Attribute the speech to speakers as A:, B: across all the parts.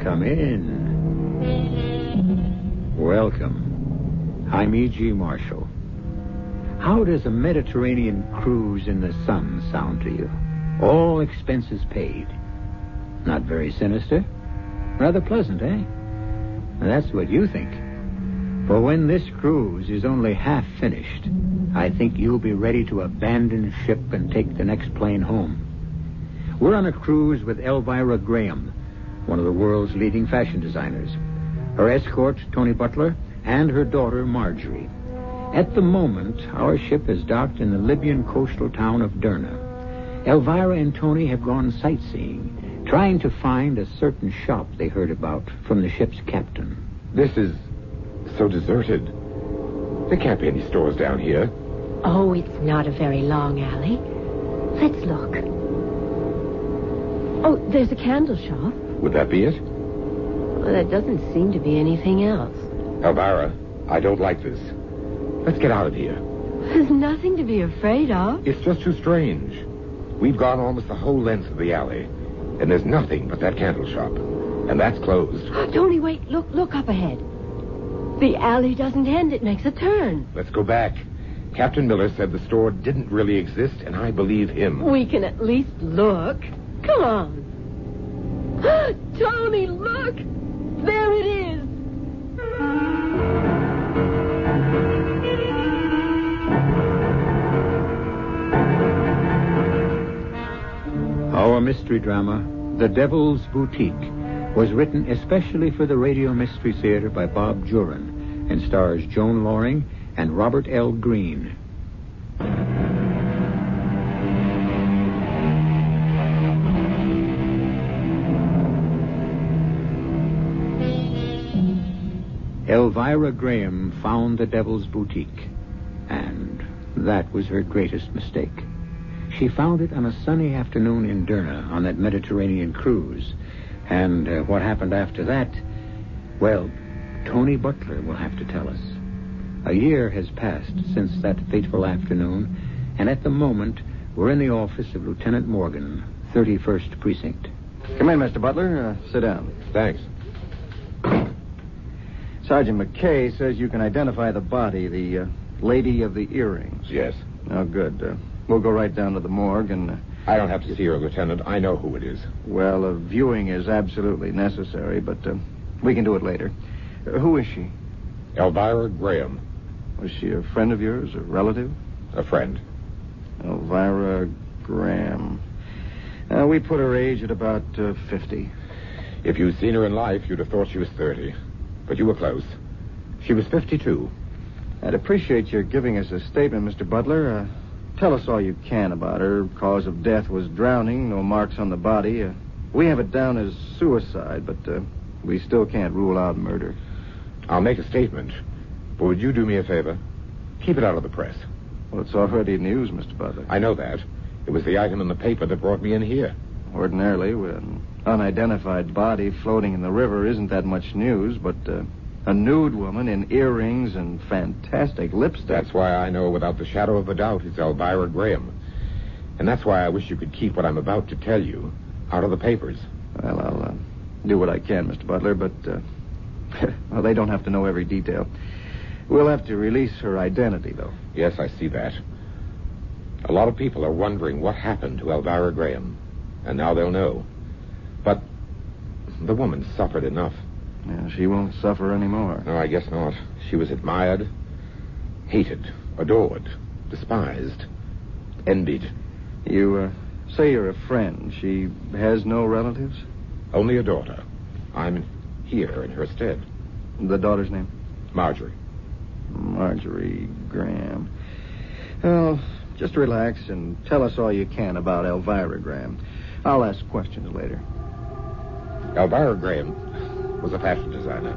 A: Come in. Welcome. I'm E.G. Marshall. How does a Mediterranean cruise in the sun sound to you? All expenses paid. Not very sinister. Rather pleasant, eh? That's what you think. For when this cruise is only half finished, I think you'll be ready to abandon ship and take the next plane home. We're on a cruise with Elvira Graham, one of the world's leading fashion designers, her escort, Tony Butler, and her daughter, Marjorie. At the moment, our ship is docked in the Libyan coastal town of Derna. Elvira and Tony have gone sightseeing, trying to find a certain shop they heard about from the ship's captain.
B: This is so deserted. There can't be any stores down here.
C: Oh, it's not a very long alley. Let's look. Oh, there's a candle shop.
B: Would that be it?
C: Well, there doesn't seem to be anything else.
B: Elvira, I don't like this. Let's get out of here.
C: There's nothing to be afraid of.
B: It's just too strange. We've gone almost the whole length of the alley, and there's nothing but that candle shop. And that's closed.
C: Tony, wait. Look, look up ahead. The alley doesn't end. It makes a turn.
B: Let's go back. Captain Miller said the store didn't really exist, and I believe him.
C: We can at least look. Come on. Tony, look! There it is.
A: Our mystery drama, The Devil's Boutique, was written especially for the Radio Mystery Theater by Bob Jurin and stars Joan Loring and Robert L. Green. Elvira Graham found the Devil's Boutique, and that was her greatest mistake. She found it on a sunny afternoon in Derna on that Mediterranean cruise. And uh, what happened after that? Well, Tony Butler will have to tell us. A year has passed since that fateful afternoon, and at the moment, we're in the office of Lieutenant Morgan, 31st Precinct.
D: Come in, Mr. Butler. Uh, sit down.
B: Thanks.
D: Sergeant McKay says you can identify the body, the uh, lady of the earrings.
B: Yes.
D: Oh, good. Uh, we'll go right down to the morgue and. Uh,
B: I don't have to see her, Lieutenant. I know who it is.
D: well, a viewing is absolutely necessary, but uh, we can do it later. Uh, who is she?
B: Elvira Graham,
D: Was she a friend of yours, a relative?
B: a friend.
D: Elvira Graham. Uh, we put her age at about uh, 50.
B: If you'd seen her in life, you'd have thought she was 30. But you were close. She was 52.
D: I'd appreciate your giving us a statement, Mr. Butler. Uh, tell us all you can about her. Cause of death was drowning, no marks on the body. Uh, we have it down as suicide, but uh, we still can't rule out murder.
B: I'll make a statement, but would you do me a favor? Keep it out of the press.
D: Well, it's already news, Mr. Butler.
B: I know that. It was the item in the paper that brought me in here.
D: Ordinarily, with an unidentified body floating in the river isn't that much news, but uh, a nude woman in earrings and fantastic lipstick.
B: That's why I know without the shadow of a doubt it's Elvira Graham. And that's why I wish you could keep what I'm about to tell you out of the papers.
D: Well, I'll uh, do what I can, Mr. Butler, but uh, well, they don't have to know every detail. We'll have to release her identity, though.
B: Yes, I see that. A lot of people are wondering what happened to Elvira Graham, and now they'll know. But the woman suffered enough.
D: Yeah, she won't suffer anymore.
B: No, I guess not. She was admired, hated, adored, despised, envied.
D: You uh, say you're a friend. She has no relatives.
B: Only a daughter. I'm here in her stead.
D: The daughter's name?
B: Marjorie.
D: Marjorie Graham. Well, just relax and tell us all you can about Elvira Graham. I'll ask questions later.
B: Elvira Graham was a fashion designer.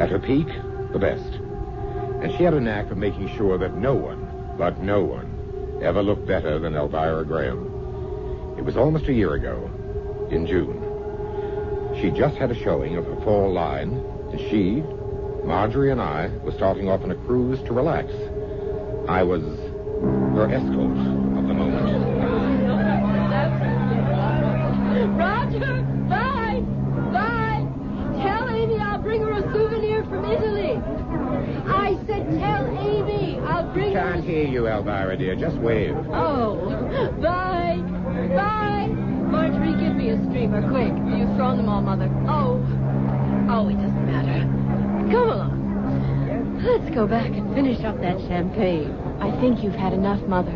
B: At her peak, the best. And she had a knack of making sure that no one, but no one, ever looked better than Elvira Graham. It was almost a year ago, in June. She just had a showing of her fall line, and she, Marjorie, and I were starting off on a cruise to relax. I was her escort of the moment.
C: Roger! Bye! Bye!
E: bring
B: Can't hear you, Elvira, dear. Just wave.
E: Oh, bye, bye. Marjorie, give me a streamer, quick. You've thrown them all, Mother. Oh, oh, it doesn't matter. Come along. Let's go back and finish up that champagne. I think you've had enough, Mother.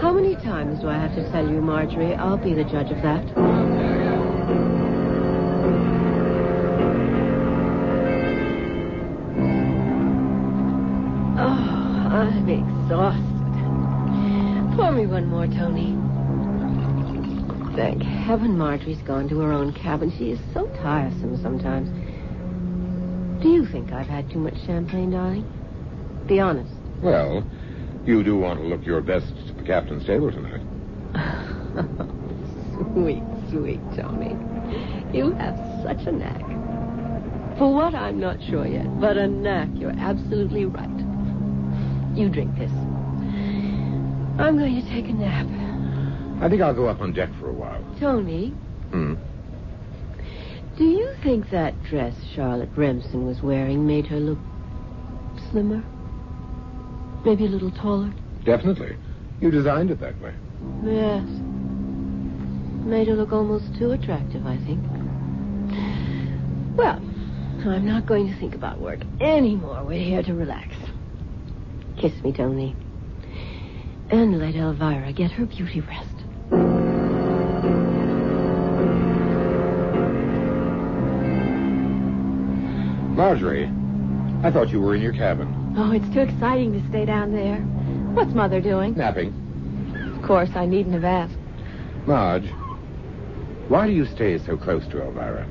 E: How many times do I have to tell you, Marjorie? I'll be the judge of that. Oh, I'm exhausted. Pour me one more, Tony. Thank heaven Marjorie's gone to her own cabin. She is so tiresome sometimes. Do you think I've had too much champagne, darling? Be honest.
B: Well, you do want to look your best at the captain's table tonight.
E: sweet, sweet Tony. You have such a knack. For what, I'm not sure yet, but a knack. You're absolutely right. You drink this. I'm going to take a nap.
B: I think I'll go up on deck for a while.
E: Tony,
B: Hmm.
E: do you think that dress Charlotte Remsen was wearing made her look slimmer? Maybe a little taller?
B: Definitely. You designed it that way.
E: Yes. Made her look almost too attractive, I think. Well, I'm not going to think about work anymore. We're here to relax. Kiss me, Tony. And let Elvira get her beauty rest.
B: Marjorie, I thought you were in your cabin.
E: Oh, it's too exciting to stay down there. What's Mother doing?
B: Napping.
E: Of course, I needn't have asked.
B: Marge, why do you stay so close to Elvira?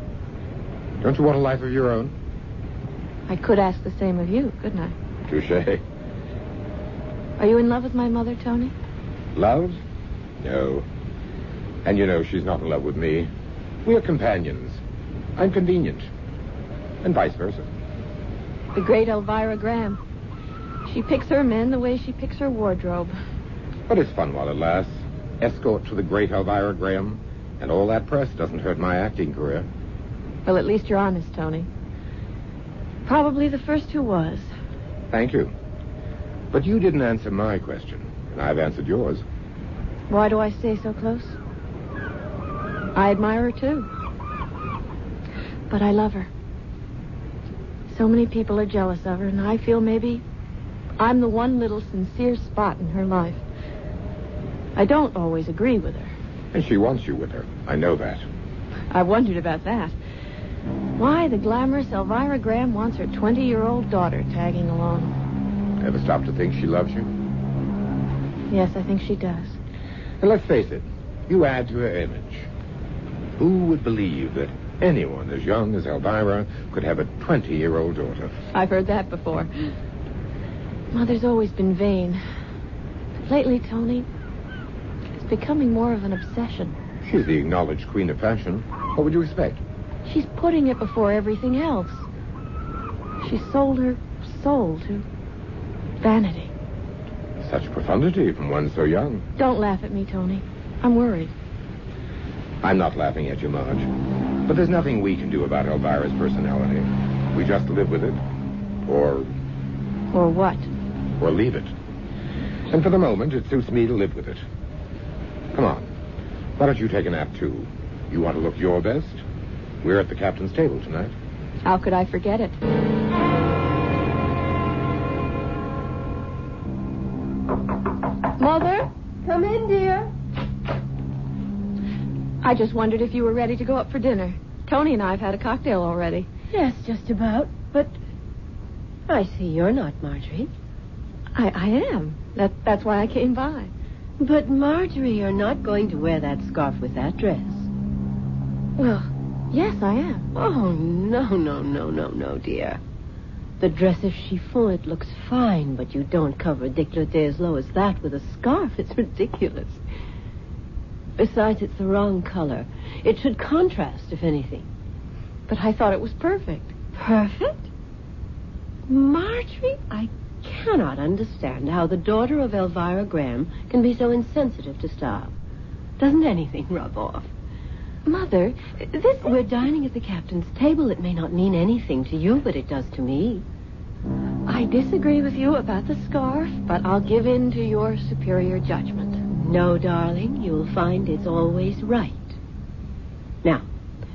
B: Don't you want a life of your own?
E: I could ask the same of you, couldn't I?
B: Touche.
E: Are you in love with my mother, Tony?
B: Love? No. And you know she's not in love with me. We're companions. I'm convenient. And vice versa.
E: The great Elvira Graham. She picks her men the way she picks her wardrobe.
B: But it's fun while it lasts. Escort to the great Elvira Graham, and all that press doesn't hurt my acting career.
E: Well, at least you're honest, Tony. Probably the first who was.
B: Thank you. But you didn't answer my question, and I've answered yours.
E: Why do I stay so close? I admire her, too. But I love her. So many people are jealous of her, and I feel maybe I'm the one little sincere spot in her life. I don't always agree with her.
B: And she wants you with her. I know that.
E: I wondered about that. Why the glamorous Elvira Graham wants her 20 year old daughter tagging along.
B: Ever stop to think she loves you?
E: Yes, I think she does.
B: And let's face it, you add to her image. Who would believe that anyone as young as Elvira could have a 20 year old daughter?
E: I've heard that before. Mother's always been vain. But lately, Tony, it's becoming more of an obsession.
B: She's the acknowledged queen of fashion. What would you expect?
E: She's putting it before everything else. She sold her soul to vanity.
B: Such profundity from one so young.
E: Don't laugh at me, Tony. I'm worried.
B: I'm not laughing at you, Marge. But there's nothing we can do about Elvira's personality. We just live with it. Or
E: Or what?
B: or leave it. And for the moment, it suits me to live with it. Come on. Why don't you take a nap, too? You want to look your best? We're at the captain's table tonight.
E: How could I forget it? Mother? Come in, dear. I just wondered if you were ready to go up for dinner. Tony and I have had a cocktail already.
C: Yes, just about. But I see you're not Marjorie.
E: I, I am. That, that's why I came by.
C: But Marjorie, you're not going to wear that scarf with that dress.
E: Well, yes, I am.
C: Oh, no, no, no, no, no, dear. The dress of chiffon, it looks fine, but you don't cover a décolleté as low as that with a scarf. It's ridiculous. Besides, it's the wrong color. It should contrast, if anything.
E: But I thought it was perfect.
C: Perfect? Marjorie, I cannot understand how the daughter of Elvira Graham can be so insensitive to style. Doesn't anything rub off?
E: Mother, this.
C: We're dining at the captain's table. It may not mean anything to you, but it does to me.
E: I disagree with you about the scarf, but I'll give in to your superior judgment.
C: No, darling, you'll find it's always right. Now,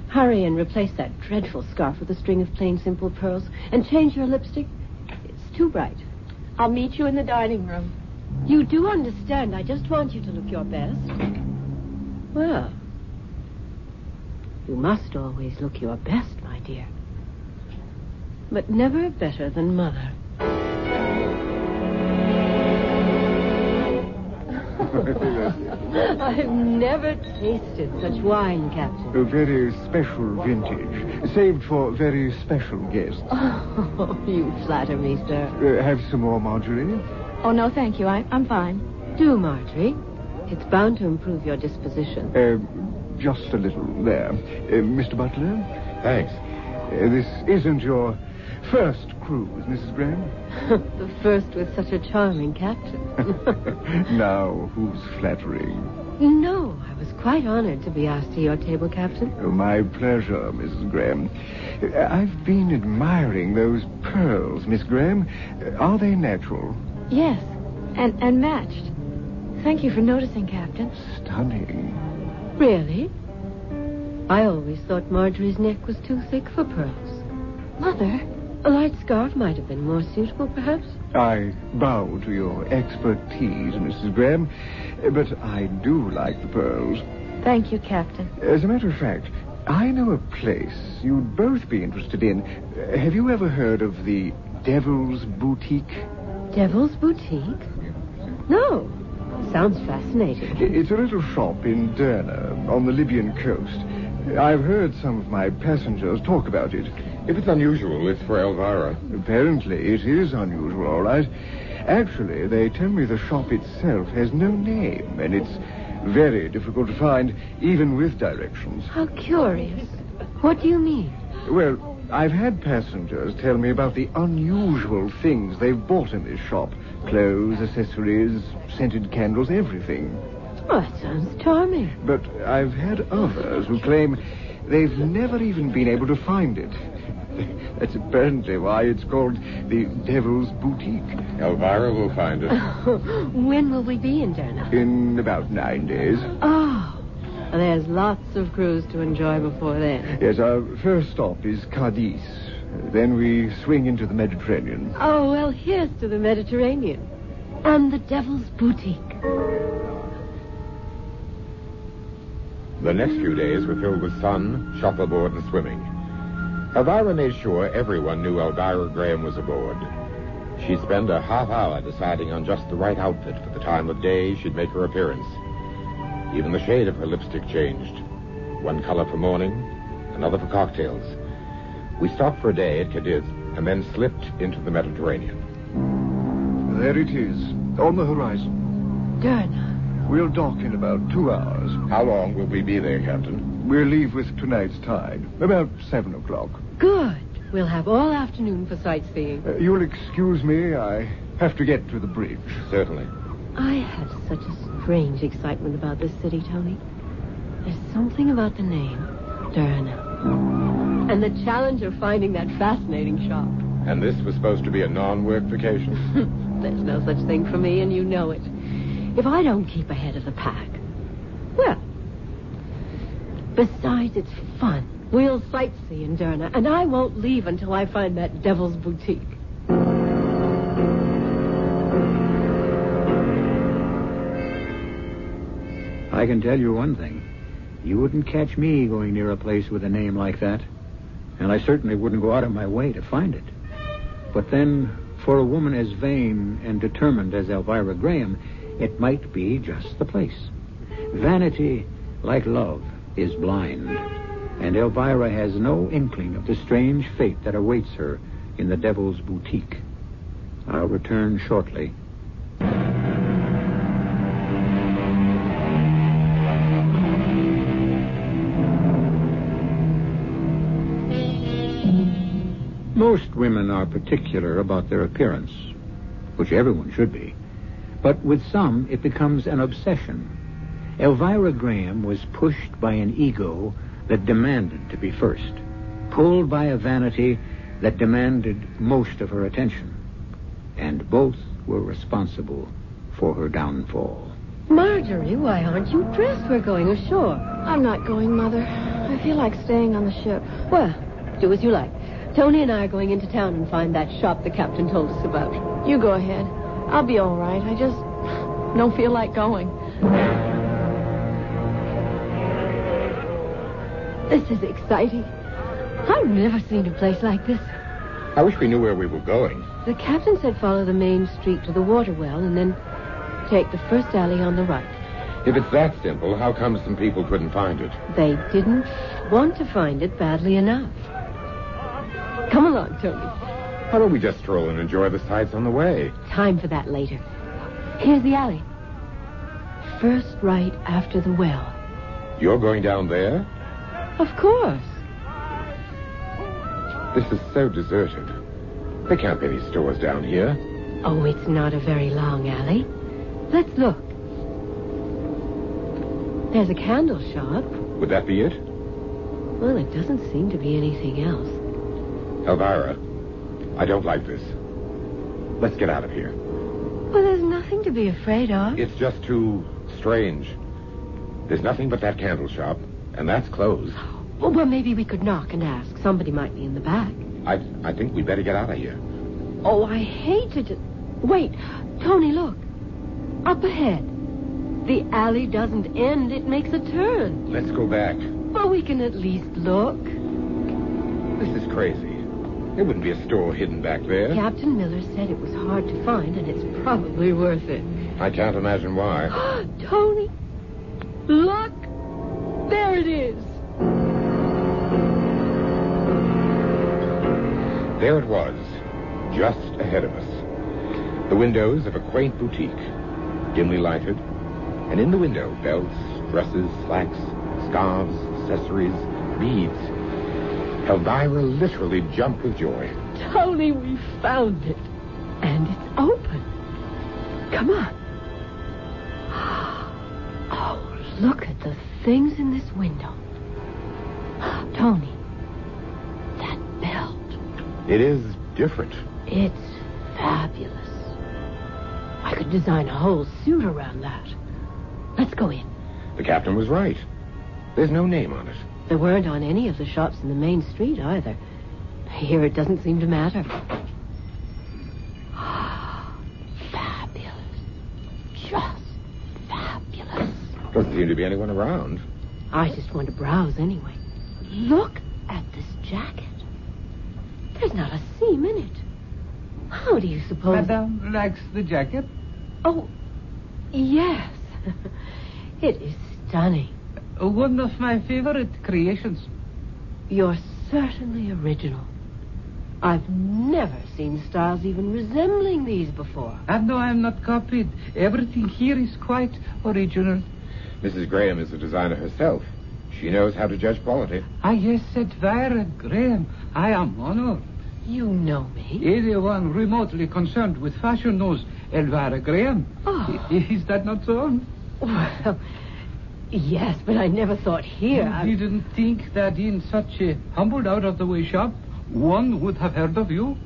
C: hurry and replace that dreadful scarf with a string of plain simple pearls and change your lipstick. It's too bright.
E: I'll meet you in the dining room.
C: You do understand. I just want you to look your best. Well, you must always look your best, my dear. But never better than Mother. I've never tasted such wine, Captain.
D: A very special vintage, saved for very special guests.
C: Oh, you flatter me, sir.
D: Uh, have some more, Marjorie?
E: Oh, no, thank you. I, I'm fine.
C: Do, Marjorie. It's bound to improve your disposition.
D: Uh, just a little there. Uh, Mr. Butler,
B: Thanks.
D: uh, this isn't your first cruise, Mrs. Graham.
C: the first with such a charming captain.
D: now, who's flattering?
C: no, I was quite honored to be asked to your table, Captain.
D: Oh, my pleasure, Mrs. Graham. Uh, I've been admiring those pearls, Miss Graham. Uh, are they natural?
E: Yes, and, and matched. Thank you for noticing, Captain.
D: Stunning.
C: Really? I always thought Marjorie's neck was too thick for pearls.
E: Mother?
C: A light scarf might have been more suitable, perhaps.
D: I bow to your expertise, Mrs. Graham, uh, but I do like the pearls.
E: Thank you, Captain.
D: As a matter of fact, I know a place you'd both be interested in. Uh, Have you ever heard of the Devil's Boutique?
C: Devil's Boutique? No. Sounds fascinating.
D: I- It's a little shop in Derna on the Libyan coast. I've heard some of my passengers talk about it.
B: If it's unusual, it's for Elvira.
D: Apparently, it is unusual, all right. Actually, they tell me the shop itself has no name, and it's very difficult to find, even with directions.
C: How curious. What do you mean?
D: Well, I've had passengers tell me about the unusual things they've bought in this shop clothes, accessories, scented candles, everything.
C: Oh, that sounds charming.
D: But I've had others who claim they've never even been able to find it. That's apparently why it's called the Devil's Boutique.
B: Elvira will find it.
C: when will we be in Derna?
D: In about nine days.
C: Oh, there's lots of cruise to enjoy before then.
D: Yes, our first stop is Cadiz. Then we swing into the Mediterranean.
C: Oh, well, here's to the Mediterranean and the Devil's Boutique.
B: The next few days were filled with sun, shuffleboard, and swimming. Elvira made sure everyone knew Elvira Graham was aboard. She spent a half hour deciding on just the right outfit for the time of day she'd make her appearance. Even the shade of her lipstick changed. One color for morning, another for cocktails. We stopped for a day at Cadiz and then slipped into the Mediterranean.
D: There it is, on the horizon.
C: Derna.
D: We'll dock in about two hours.
B: How long will we be there, Captain?
D: We'll leave with tonight's tide, about seven o'clock.
C: Good. We'll have all afternoon for sightseeing.
D: Uh, you'll excuse me, I have to get to the bridge.
B: Certainly.
C: I have such a strange excitement about this city, Tony. There's something about the name, Derna. And the challenge of finding that fascinating shop.
B: And this was supposed to be a non-work vacation?
C: There's no such thing for me, and you know it. If I don't keep ahead of the pack, well, besides, it's fun. We'll sightsee in Derna, and I won't leave until I find that devil's boutique.
A: I can tell you one thing. You wouldn't catch me going near a place with a name like that. And I certainly wouldn't go out of my way to find it. But then, for a woman as vain and determined as Elvira Graham, it might be just the place. Vanity, like love, is blind. And Elvira has no inkling of the strange fate that awaits her in the Devil's Boutique. I'll return shortly. Most women are particular about their appearance, which everyone should be. But with some, it becomes an obsession. Elvira Graham was pushed by an ego that demanded to be first, pulled by a vanity that demanded most of her attention. and both were responsible for her downfall.
C: Marjorie, why aren't you dressed? We're going ashore.
E: I'm not going, Mother. I feel like staying on the ship.
C: Well, do as you like. Tony and I are going into town and find that shop the captain told us about.
E: You go ahead. I'll be all right. I just don't feel like going.
C: This is exciting. I've never seen a place like this.
B: I wish we knew where we were going.
C: The captain said follow the main street to the water well and then take the first alley on the right.
B: If it's that simple, how come some people couldn't find it?
C: They didn't want to find it badly enough. Come along, Tony.
B: Why don't we just stroll and enjoy the sights on the way?
C: Time for that later. Here's the alley. First right after the well.
B: You're going down there?
C: Of course.
B: This is so deserted. There can't be any stores down here.
C: Oh, it's not a very long alley. Let's look. There's a candle shop.
B: Would that be it?
C: Well, it doesn't seem to be anything else.
B: Elvira, I don't like this. Let's get out of here.
C: Well, there's nothing to be afraid of.
B: It's just too strange. There's nothing but that candle shop, and that's closed.
C: Oh, Well, well, maybe we could knock and ask. Somebody might be in the back.
B: I, I think we'd better get out of here.
C: Oh, I hate to just. Wait, Tony, look. Up ahead. The alley doesn't end, it makes a turn.
B: Let's go back.
C: Well, we can at least look.
B: This is crazy. There wouldn't be a store hidden back there.
C: Captain Miller said it was hard to find, and it's probably worth it.
B: I can't imagine why.
C: Tony,
E: Look! There it is!
B: There it was, just ahead of us. The windows of a quaint boutique, dimly lighted, and in the window, belts, dresses, slacks, scarves, accessories, beads. Elvira literally jumped with joy.
C: Tony, we found it. And it's open. Come on. Oh, look at the things in this window. Tony, that belt.
B: It is different.
C: It's fabulous. I could design a whole suit around that. Let's go in.
B: The captain was right. There's no name on it.
C: There weren't on any of the shops in the main street either. Here it doesn't seem to matter. Ah, fabulous. Just fabulous.
B: Doesn't seem to be anyone around.
C: I just want to browse anyway. Look at this jacket. There's not a seam in it. How do you suppose?
F: Madame likes the jacket.
C: Oh, yes. it is stunning.
F: One of my favorite creations.
C: You're certainly original. I've never seen styles even resembling these before.
F: And no, I'm not copied. Everything here is quite original.
B: Mrs. Graham is the designer herself. She knows how to judge quality.
F: Ah, yes, Elvira Graham. I am honored.
C: You know me.
F: Anyone remotely concerned with fashion knows Elvira Graham.
C: Oh.
F: I- Is that not so?
C: Well, yes, but I never thought here. I-
F: You Oh, didn't think that in such a humble, out-of-the-way shop, one would have heard of you?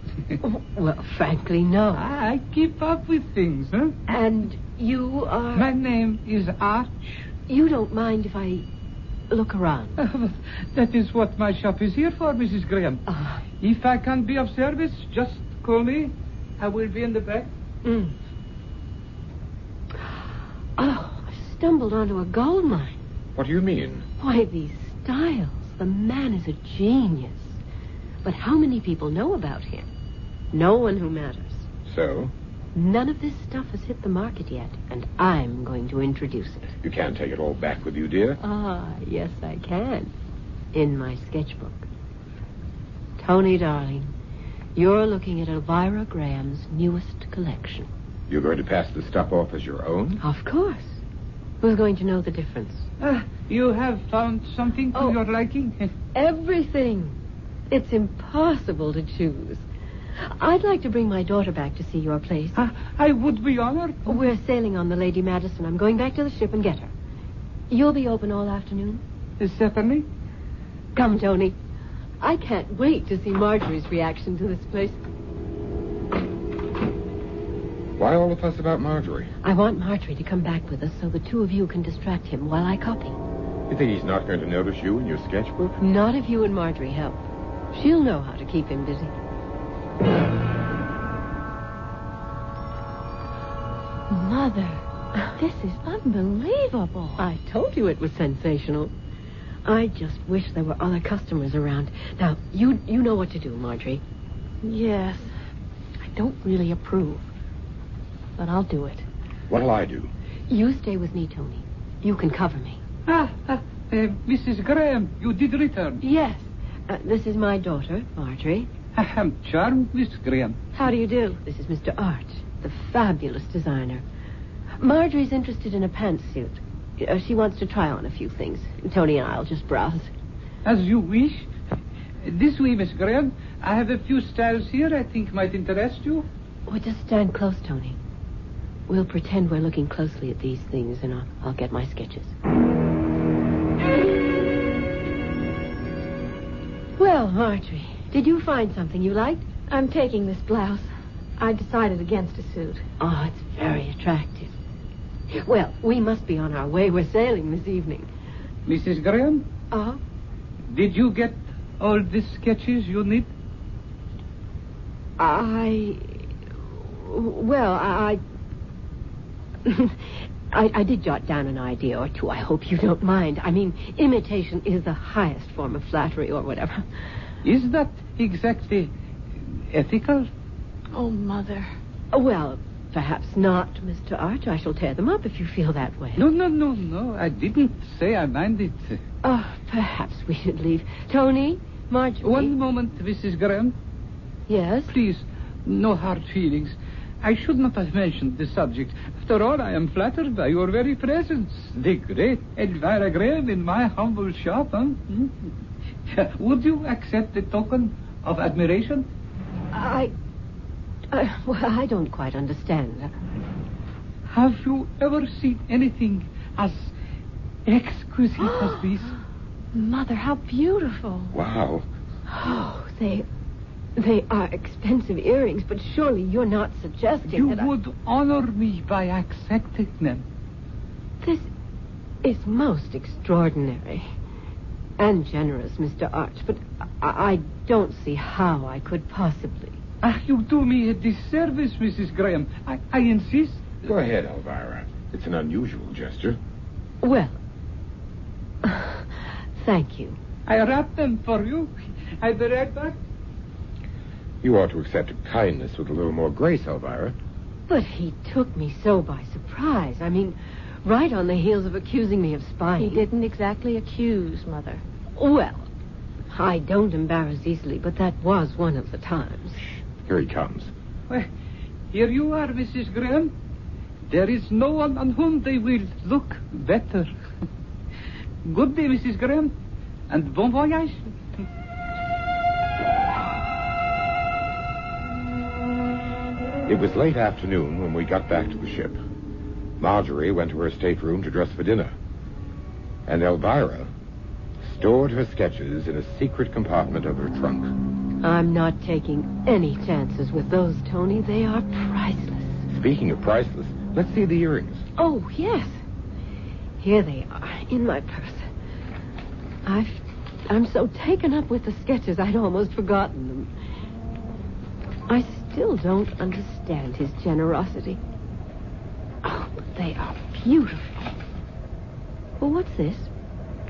C: Oh, Well, frankly, no.
F: I keep up with things, huh?
C: And you are.
F: My name is Arch.
C: You don't mind if I look around?
F: Uh. that is what my shop is here for, Mrs. Graham.
C: Ah.
F: If I can be of service, just call me. I will be in the back.
C: Mm. Oh, I've stumbled onto a gold mine.
B: What do you mean?
C: Why, these styles. The man is a genius. But how many people know about him? No one who matters.
B: So,
C: None of this stuff has hit the market yet, and I'm going to introduce it.
B: you can't take it all back with you, dear.
C: Ah, yes, I can. In my sketchbook. Tony, darling, you're looking at Elvira Graham's newest collection.
B: You're going to pass the stuff off as your own?
C: Of course. Who's going to know the difference?
F: Ah, you have found something to
C: Oh.
F: your liking?
C: Everything. It's impossible to choose. I'd like to bring my daughter back to see your place.
F: Ah, I would be honored.
C: We're sailing on the Lady Madison. I'm going back to the ship and get her. You'll be open all afternoon?
F: Certainly.
C: Come, Tony. I can't wait to see Marjorie's reaction to this place.
B: Why all the fuss about Marjorie?
C: I want Marjorie to come back with us so the two of you can distract him while I copy.
B: You think he's not going to notice you in your sketchbook?
C: Not if you and Marjorie help. She'll know how to keep him busy.
E: Mother, this is unbelievable.
C: I told you it was sensational. I just wish there were other customers around. Now, you you know what to do, Marjorie.
E: Yes. I don't really approve. But I'll do it.
B: What'll I do?
C: You stay with me, Tony. You can cover me.
F: Ah, ah, uh, Mrs. Graham, you did return.
C: Yes. Uh, this is my daughter, Marjorie.
F: I'm charmed, Miss Graham.
C: How do you do? This is Mr. Arch, the fabulous designer. Marjorie's interested in a pantsuit. Uh, she wants to try on a few things. Tony and I'll just browse.
F: As you wish. This way, Miss Graham. I have a few styles here I think might interest you.
C: Well, just stand close, Tony. We'll pretend we're looking closely at these things, and I'll, I'll get my sketches. Well, Marjorie, did you find something you liked?
E: I'm taking this blouse. I decided against a suit.
C: Oh, it's very attractive. Well, we must be on our way. We're sailing this evening.
F: Mrs. Graham,
C: Oh?
F: did you get all the sketches you need?
C: I. Well, I. I, I, I did jot down an idea or two. I hope you don't mind. I mean, imitation is the highest form of flattery or whatever.
F: Is that exactly eh, ethical?
E: Oh, Mother.
C: Well, perhaps not, Mr. Arch. I shall tear them up if you feel that way.
F: No, no, no, no. I didn't say I mind it.
C: Oh, perhaps we should leave. Tony, Marjorie.
F: One moment, Mrs. Graham.
C: Yes.
F: Please, no hard feelings. I should not have mentioned the subject. After all, I am flattered by your very presence. The great Elvira Graham in my humble shop, huh? Hmm? Would you accept the token of admiration?
C: I. I well, I don't quite understand.
F: Have you ever seen anything as exquisite as this?
E: Mother, how beautiful.
B: Wow.
C: Oh, they. They are expensive earrings, but surely you're not suggesting
F: You
C: that I-
F: would honor me by accepting them.
C: This is most extraordinary and generous, Mr. Arch, but I, I don't see how I could possibly.
F: Ah, you do me a disservice, Mrs. Graham. I, I insist.
B: Go ahead, Elvira. It's an unusual gesture.
C: Well, thank you.
F: I wrap them for you. I'll be right back.
B: You ought to accept kindness with a little more grace, Elvira.
C: But he took me so by surprise. I mean, right on the heels of accusing me of spying.
E: He didn't exactly accuse, Mother.
C: Well, I don't embarrass easily, but that was one of the times.
B: Here he comes.
F: Well, here you are, Mrs. Graham. There is no one on whom they will look better. Good day, Mrs. Graham, and bon voyage.
B: It was late afternoon when we got back to the ship. Marjorie went to her stateroom to dress for dinner. And Elvira stored her sketches in a secret compartment of her trunk.
C: I'm not taking any chances with those, Tony. They are priceless.
B: Speaking of priceless, let's see the earrings.
C: Oh, yes. Here they are, in my purse. I've, I'm so taken up with the sketches, I'd almost forgotten them. I still don't understand his generosity. Oh, but they are beautiful. Well, what's this?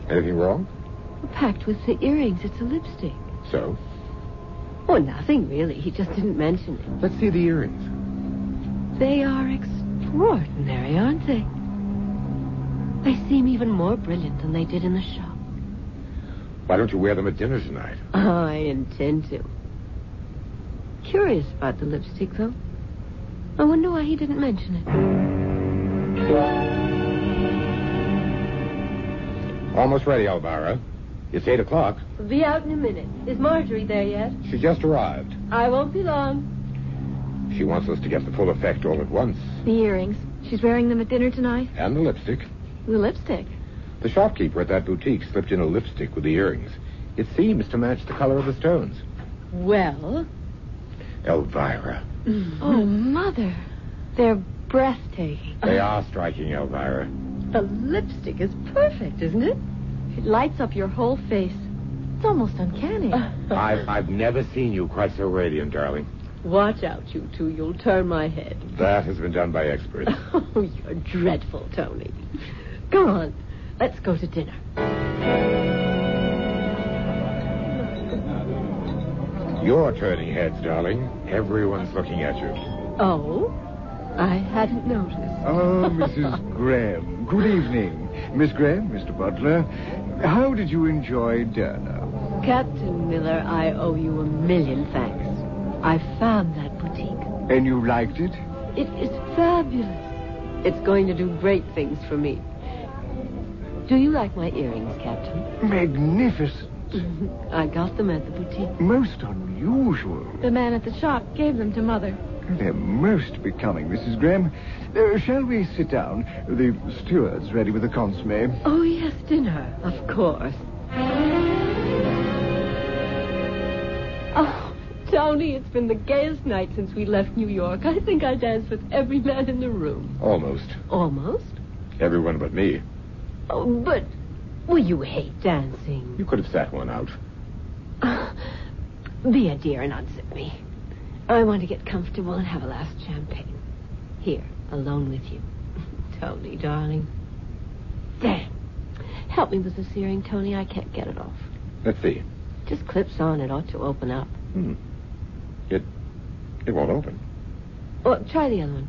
B: Anything wrong?
C: Packed with the earrings. It's a lipstick.
B: So,
C: Oh, nothing really. He just didn't mention it.
B: let's see the earrings.
C: They are extraordinary, aren't they? They seem even more brilliant than they did in the shop.
B: Why don't you wear them at dinner tonight?
C: I intend to. Curious about the lipstick, though. I wonder why he didn't mention it.
B: Almost ready, Elvira. It's eight o'clock.
C: We'll be out in a minute. Is Marjorie there yet?
B: She just arrived.
C: I won't be long.
B: She wants us to get the full effect all at once.
E: The earrings. She's wearing them at dinner tonight.
B: And the lipstick.
E: The lipstick.
B: The shopkeeper at that boutique slipped in a lipstick with the earrings. It seems to match the color of the stones.
C: Well,
B: Elvira.
E: Oh, Mother.
C: Oh, They're breathtaking.
B: They are striking, Elvira.
C: The lipstick is perfect, isn't it? It lights up your whole face. It's almost uncanny.
B: I've, I've never seen you quite so radiant, darling.
C: Watch out, you two. You'll turn my head.
B: That has been done by experts.
C: Oh, you're dreadful, Tony. Come on. Let's go to dinner.
B: You're turning heads, darling. Everyone's looking at you.
C: Oh? I hadn't noticed.
D: Oh, Mrs. Graham. Good evening. Miss Graham, Mr. Butler. How did you enjoy dinner?
C: Captain Miller, I owe you a million thanks. I found that boutique.
D: And you liked it?
C: It is fabulous. It's going to do great things for me. Do you like my earrings, Captain?
D: Magnificent.
C: I got them at the boutique.
D: Most unusual.
E: The man at the shop gave them to Mother.
D: They're most becoming, Mrs. Graham. Uh, shall we sit down? The steward's ready with the consomme.
C: Oh, yes, dinner, of course. Oh, Tony, it's been the gayest night since we left New York. I think I danced with every man in the room.
B: Almost.
C: Almost.
B: Everyone but me.
C: Oh, but will you hate dancing?
B: You could have sat one out.
C: Be a dear and unzip me. I want to get comfortable and have a last champagne. Here, alone with you. Tony, darling. Damn. Help me with this earring, Tony. I can't get it off.
B: Let's see.
C: Just clips on. It ought to open up.
B: Hmm. It it won't open.
C: Well, try the other one.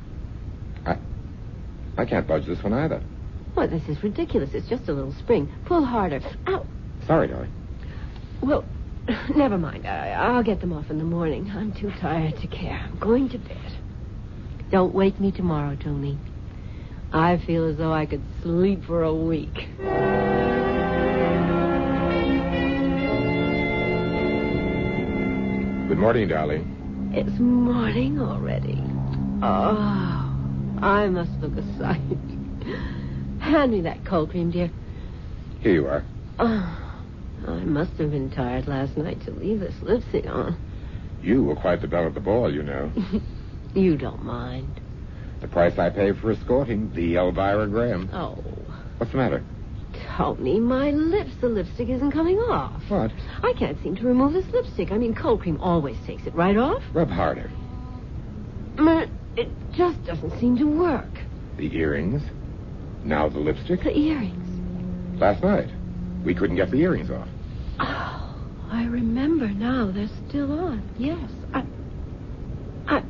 B: I can't budge this one either.
C: Well, this is ridiculous. It's just a little spring. Pull harder. Ow.
B: Sorry, darling.
C: Well, never mind. I, I'll get them off in the morning. I'm too tired to care. I'm going to bed. Don't wake me tomorrow, Tony. I feel as though I could sleep for a week.
B: Good morning, darling.
C: It's morning already. Oh, I must look a sight. Hand me that cold cream, dear.
B: Here you are.
C: Oh, I must have been tired last night to leave this lipstick on.
B: You were quite the belle at the ball, you know.
C: You don't mind.
B: The price I paid for escorting the Elvira Graham.
C: Oh,
B: What's the matter?
C: Tony, my lips. The lipstick isn't coming off.
B: What?
C: I can't seem to remove this lipstick. I mean, cold cream always takes it right off.
B: Rub harder.
C: But it just doesn't seem to work.
B: The earrings. Now the e- lipstick.
C: The earrings.
B: Last night. We couldn't get the earrings off.
C: Oh, I remember now. They're still on. Yes, I. I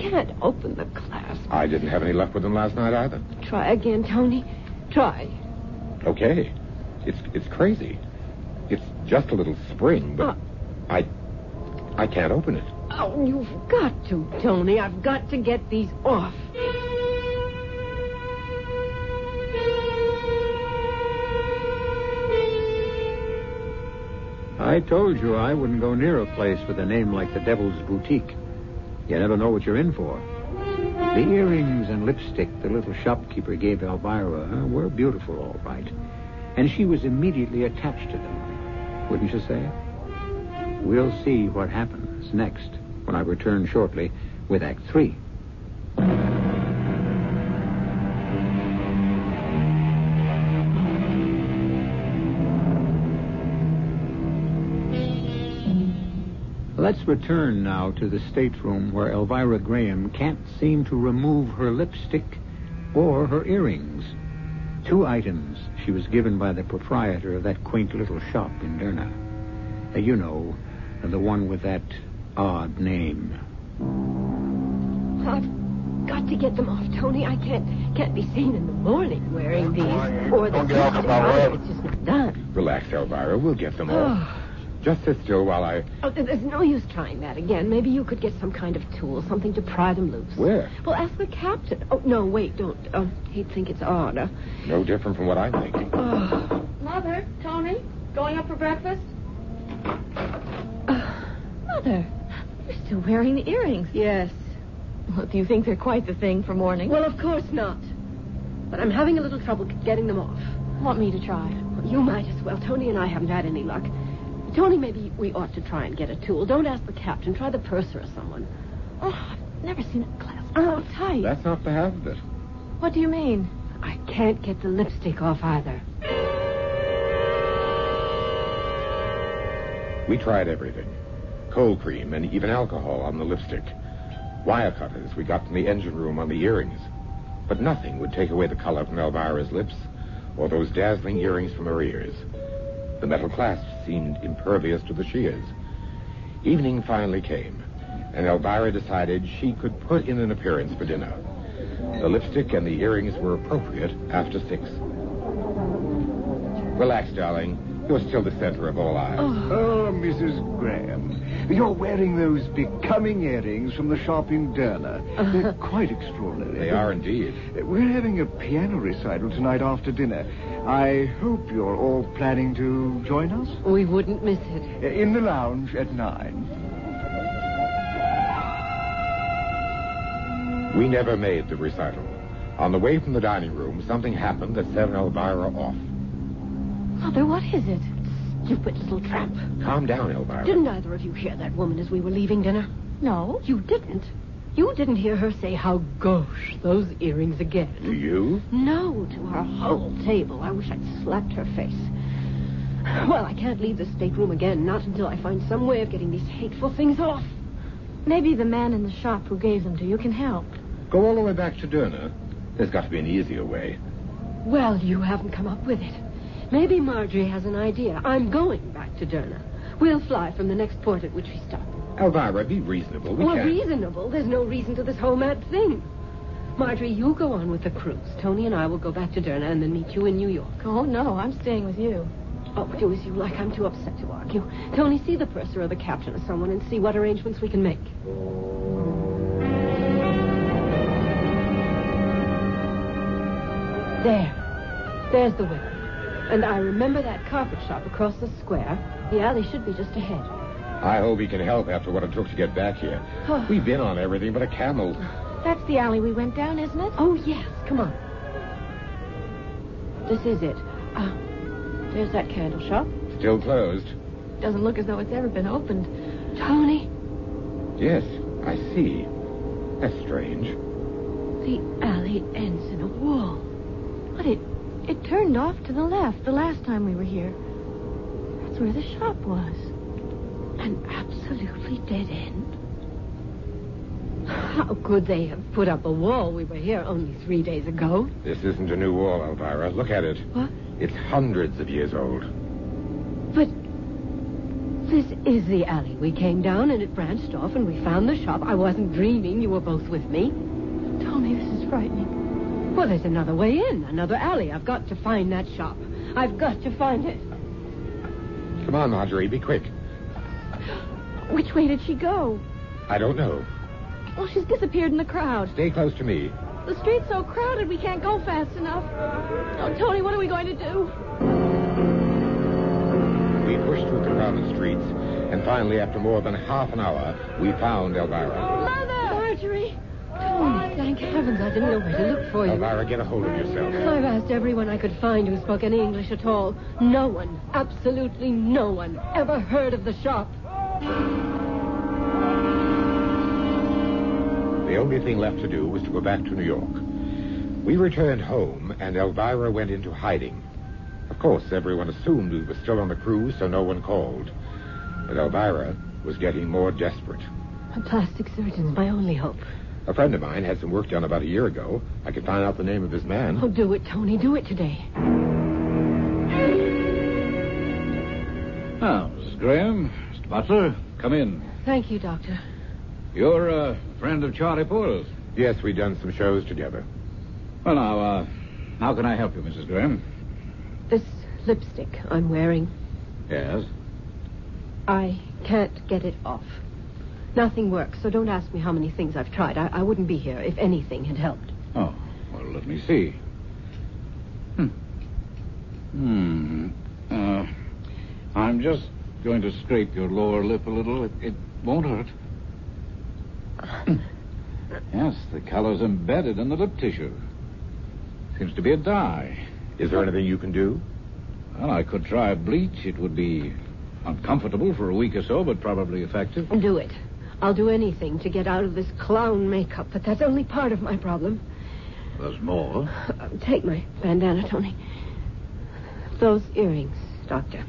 C: can't open the clasp.
B: I didn't have any luck with them last night either.
C: Try again, Tony. Try.
B: Okay. It's it's crazy. It's just a little spring, but
C: Oh.
B: I I can't open it.
C: Oh, you've got to, Tony. I've got to get these off.
A: I told you I wouldn't go near a place with a name like the Devil's Boutique. You never know what you're in for. The earrings and lipstick the little shopkeeper gave Elvira were beautiful, all right. And she was immediately attached to them. Wouldn't you say? We'll see what happens next when I return shortly with Act Three. Let's return now to the stateroom where Elvira Graham can't seem to remove her lipstick or her earrings. Two items she was given by the proprietor of that quaint little shop in Derna. Uh, you know, uh, the one with that odd name.
C: I've got to get them off, Oh, Tony. I can't can't be seen in the morning wearing these or the lipstick either. It's just not done.
B: Relax, Elvira. We'll get them all.
C: Oh.
B: Just sit still while I.
C: Oh, there- there's no use trying that again. Maybe you could get some kind of tool, something to pry them loose.
B: Where?
C: Well, ask the captain. Oh no, wait, don't. Oh, he'd think it's odd. Uh,
B: No different from what I'm thinking.
C: oh.
E: Mother, Tony, going up for breakfast?
C: Mother,
E: You're still wearing the earrings.
C: yes.
E: Well, do you think they're quite the thing for morning?
C: Well, of course not. But I'm having a little trouble getting them off.
E: want me to try?
C: You might as well. Tony and I haven't had any luck. Tony, maybe we ought to try and get a tool. Don't ask the captain. Try the purser or someone. Oh, I've never seen it clasp Oh, tight.
B: That's not the half of it.
E: What do you mean?
C: I can't get the lipstick off either.
B: We tried everything cold cream and even alcohol on the lipstick, wire cutters we got from the engine room on the earrings. But nothing would take away the color from Elvira's lips or those dazzling earrings from her ears. The metal clasp seemed impervious to the shears. Evening finally came, and Elvira decided she could put in an appearance for dinner. The lipstick and the earrings were appropriate after six. Relax, darling. You're still the center of all eyes.
D: Oh, Mrs. Graham, you're wearing those becoming earrings from the shop in Derna. They're quite extraordinary.
B: Uh-huh. They are indeed.
D: We're having a piano recital tonight after dinner. I hope you're all planning to join us
C: We wouldn't miss it.
D: in the lounge at nine.
B: We never made the recital. On the way from the dining room, something happened that set Elvira off.
C: Mother, what is it? Stupid little tramp.
B: Calm down, Elvira.
C: Didn't either of you hear that woman as we were leaving dinner?
E: No.
C: You didn't. You didn't hear her say how gauche those earrings
B: Do
C: again.
B: you?
C: No, to her whole table. I wish I'd slapped her face. Well, I can't leave the stateroom again, not until I find some way of getting these hateful things off.
E: Maybe the man in the shop who gave them to you can help.
B: Go all the way back to Derna. There's got to be an easier way.
C: Well, you haven't come up with it. Maybe Marjorie has an idea. I'm going back to Derna. We'll fly from the next port at which we stop.
B: Elvira, be reasonable. We
C: well,
B: can't.
C: reasonable. There's no reason to this whole mad thing. Marjorie, you go on with the cruise. Tony and I will go back to Derna and then meet you in New York.
E: Oh, no, I'm staying with you.
C: Oh, do as you like. I'm too upset to argue. Tony, see the purser or the captain or someone and see what arrangements we can make. There. There's the window. And I remember that carpet shop across the square. Yeah, they should be just ahead.
B: I hope he can help after what it took to get back here. We've been on everything but a camel.
E: That's the alley we went down, isn't it?
C: Oh, yes. Come on. This is it. Ah, there's that candle shop.
B: Still closed.
E: Doesn't look as though it's ever been opened.
C: Tony,
B: Yes, I see. That's strange.
C: the alley ends in a wall.
E: But it it turned off to the left the last time we were here. That's where the shop was.
C: An absolutely dead end. How could they have put up a wall? We were here only three days ago.
B: This isn't a new wall, Elvira. Look at it.
C: What?
B: It's hundreds of years old.
C: But this is the alley we came down, and it branched off, and we found the shop. I wasn't dreaming. You were both with me.
E: Tony, this is frightening.
C: Well, there's another way in, another alley. I've got to find that shop. I've got to find it.
B: Come on, Marjorie, be quick.
E: Which way did she go?
B: I don't know.
E: Well, she's disappeared in the crowd.
B: Stay close to me.
E: The street's so crowded we can't go fast enough. Oh, Tony, what are we going to do?
B: We pushed through the crowded streets, and finally, after more than half an hour, we found Elvira.
E: Mother! Marjorie!
C: Tony, Oh, thank heavens, I didn't know where to look for you.
B: Elvira, get a hold of yourself.
C: I've asked everyone I could find who spoke any English at all. No one, absolutely no one, ever heard of the shop.
B: The only thing left to do was to go back to New York. We returned home, and Elvira went into hiding. Of course, everyone assumed we were still on the cruise, so no one called. But Elvira was getting more desperate.
C: A plastic surgeon's my only hope.
B: A friend of mine had some work done about a year ago. I could find out the name of his man.
C: Oh, do it, Tony. Do it today.
F: Ah, Mrs. Graham, Mr. Butler, come in.
C: Thank you, Doctor.
F: You're a friend of Charlie Poole's.
B: Yes, we'd done some shows together.
F: Well, now, uh, how can I help you, Mrs. Graham?
C: This lipstick I'm wearing,
F: Yes.
C: I can't get it off. Nothing works, so don't ask me how many things I've tried. I, I wouldn't be here if anything had helped.
F: Oh, well, let me see. Hmm. Hmm. Uh, I'm just going to scrape your lower lip a little. It, it won't hurt. yes, the color's embedded in the lip tissue. Seems to be a dye.
B: Is there anything you can do?
F: Well, I could try a bleach. It would be uncomfortable for a week or so, but probably effective.
C: Do it. I'll do anything to get out of this clown makeup, but that's only part of my problem.
A: There's more.
C: Uh, Take my bandana, Tony. Those earrings, Doctor.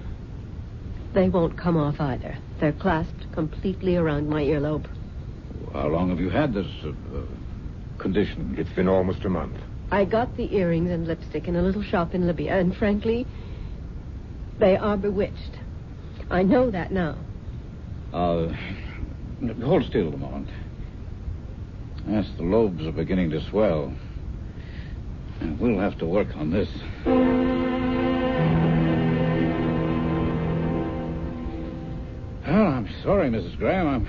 C: They won't come off either. They're clasped completely around my earlobe.
G: How long have you had this uh, uh, condition?
B: It's been almost a month.
C: I got the earrings and lipstick in a little shop in Libya, and frankly, they are bewitched. I know that now.
G: Uh, hold still a moment. Yes, the lobes are beginning to swell. And we'll have to work on this. Well, Oh, I'm sorry, Mrs. Graham. I'm,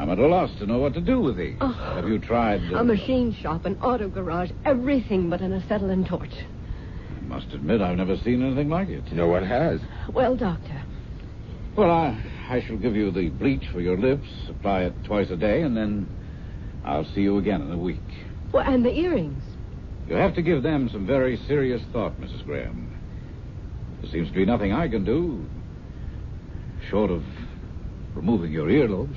G: I'm at a loss to know what to do with these.
C: Oh.
G: Have you tried? uh,
C: A machine shop, an auto garage, everything but an acetylene torch.
G: I must admit, I've never seen anything like it.
B: No one has.
C: Well, Doctor,
G: Well, I, I shall give you the bleach for your lips, apply it twice a day, and then I'll see you again in a week.
C: well, and the earrings.
G: You'll have to give them some very serious thought, Mrs. Graham. There seems to be nothing I can do, short of removing your earlobes.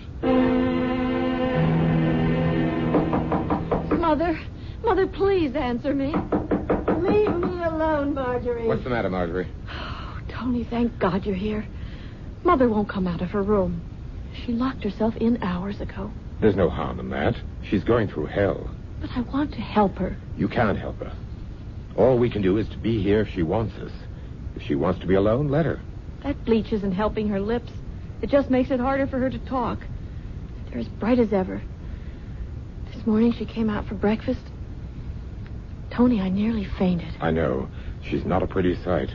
E: Mother, Mother, please answer me.
C: Leave me alone, Marjorie.
B: What's the matter, Marjorie?
E: Oh, Tony, thank God you're here. Mother won't come out of her room. She locked herself in hours ago.
B: There's no harm in that. She's going through hell.
E: But I want to help her.
B: You can't help her. All we can do is to be here if she wants us. If she wants to be alone, let her.
E: That bleach isn't helping her lips. It just makes it harder for her to talk. They're as bright as ever. This morning she came out for breakfast. Tony, I nearly fainted.
B: I know. She's not a pretty sight.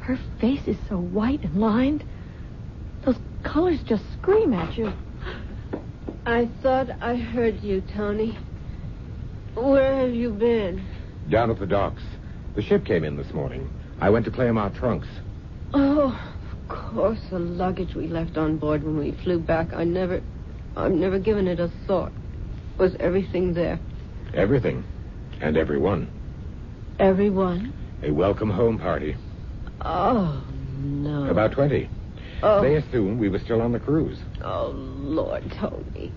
E: Her face is so white and lined. Those colors just scream at you.
C: I thought I heard you, Tony. Where have you been?
B: Down at the docks. The ship came in this morning. I went to claim our trunks.
C: Oh, of course, the luggage we left on board when we flew back. I never, I've never given it a thought. Was everything there?
B: Everything. And everyone.
C: Everyone?
B: A welcome home party.
C: Oh, no.
B: About 20.
C: oh,
B: They assumed we were still on the cruise.
C: oh, Lord, Tony.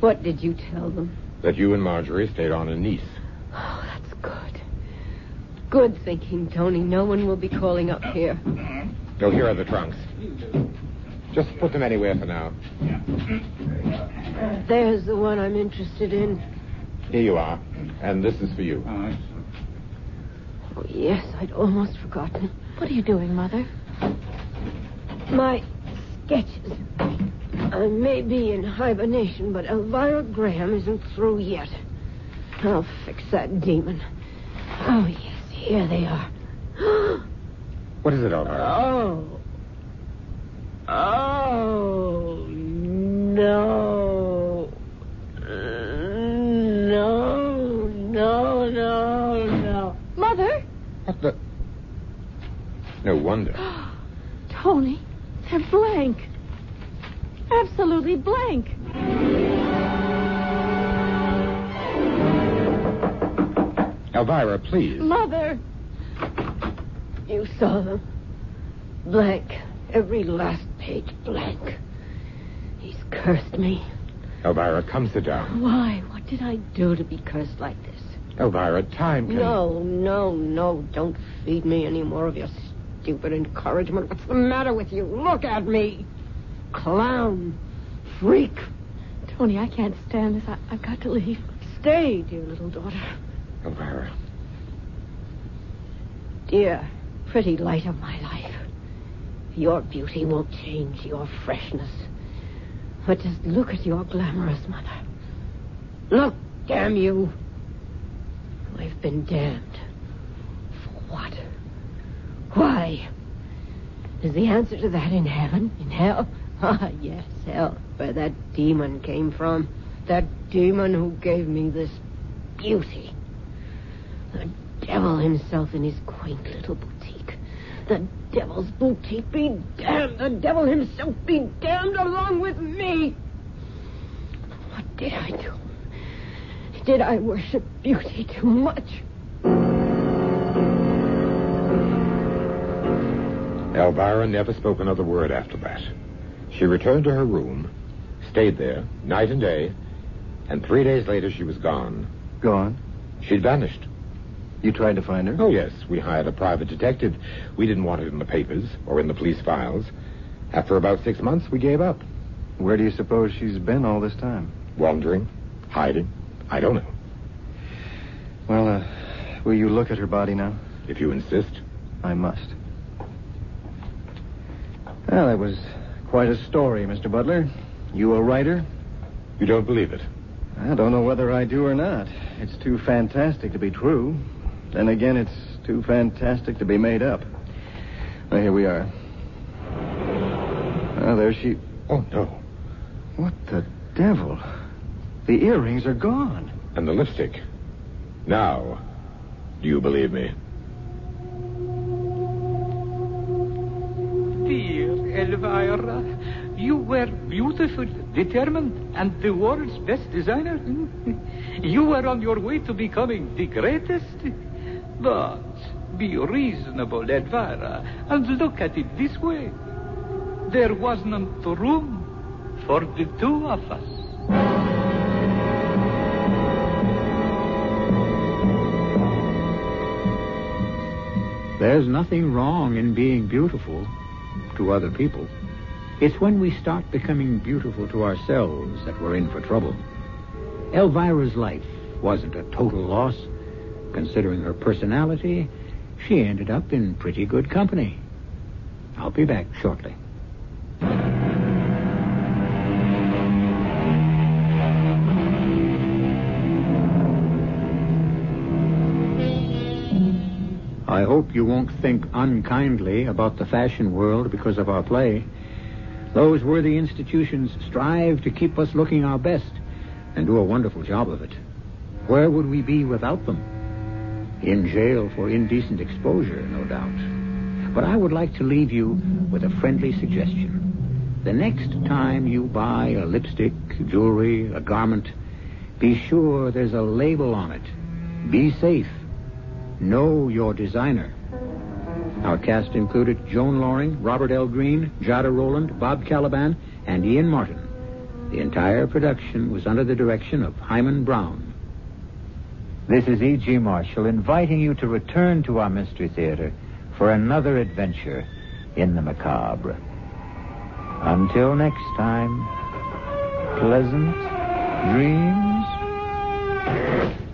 C: What did you tell them?
B: That you and Marjorie stayed on in Nice.
C: Oh, that's good. Good thinking, Tony. No one will be calling up here.
B: Oh, here are the trunks. Just put them anywhere for now.
C: There's the one I'm interested in.
B: Here you are. And this is for you.
G: Ah,
C: Oh, yes, I'd almost forgotten.
E: What are you doing, Mother?
C: My sketches. I may be in hibernation, but Elvira Graham isn't through yet. I'll fix that demon. Oh, yes, here they are.
B: What is it, Elvira?
C: Oh. Oh, no. Uh, No, no, no, no.
E: Mother?
B: What the? No wonder.
E: Tony, they're blank. Absolutely blank.
B: Elvira, please.
E: Mother!
C: You saw them. Blank. Every last page blank. He's cursed me.
B: Elvira, come sit down.
C: Why? What did I do to be cursed like this?
B: Elvira, time can.
C: No, no, no. Don't feed me any more of your stupid encouragement. What's the matter with you? Look at me. Clown. Freak.
E: Tony, I can't stand this. I, I've got to leave.
C: Stay, dear little daughter.
B: Elvira.
C: Dear, pretty light of my life. Your beauty won't change your freshness. But just look at your glamorous mother. Look, damn you. I've been damned. For what? Why? Is the answer to that in heaven? In hell? Ah, yes, hell. Where that demon came from. That demon who gave me this beauty. The devil himself in his quaint little boutique. The devil's boutique be damned. The devil himself be damned along with me. What did I do? Did I worship beauty too much?
B: Elvira never spoke another word after that. She returned to her room, stayed there, night and day, and three days later she was gone.
H: Gone?
B: She'd vanished.
H: You tried to find her?
B: Oh, yes. We hired a private detective. We didn't want it in the papers or in the police files. After about six months, we gave up.
H: Where do you suppose she's been all this time?
B: Wandering, hiding. I don't know.
H: Well, uh, will you look at her body now?
B: If you insist.
H: I must. Well, that was quite a story, Mr. Butler. You a writer?
B: You don't believe it.
H: I don't know whether I do or not. It's too fantastic to be true. Then again, it's too fantastic to be made up. Well, here we are. Oh, there she.
B: Oh, no.
H: What the devil? The earrings are gone.
B: And the lipstick. Now, do you believe me?
A: Dear Elvira, you were beautiful, determined, and the world's best designer. you were on your way to becoming the greatest. But be reasonable, Elvira, and look at it this way. There wasn't room for the two of us.
I: There's nothing wrong in being beautiful to other people. It's when we start becoming beautiful to ourselves that we're in for trouble. Elvira's life wasn't a total loss. Considering her personality, she ended up in pretty good company. I'll be back shortly. I hope you won't think unkindly about the fashion world because of our play. Those worthy institutions strive to keep us looking our best and do a wonderful job of it. Where would we be without them? In jail for indecent exposure, no doubt. But I would like to leave you with a friendly suggestion. The next time you buy a lipstick, jewelry, a garment, be sure there's a label on it. Be safe. Know your designer. Our cast included Joan Loring, Robert L. Green, Jada Rowland, Bob Caliban, and Ian Martin. The entire production was under the direction of Hyman Brown. This is E.G. Marshall inviting you to return to our Mystery Theater for another adventure in the macabre. Until next time, pleasant dreams.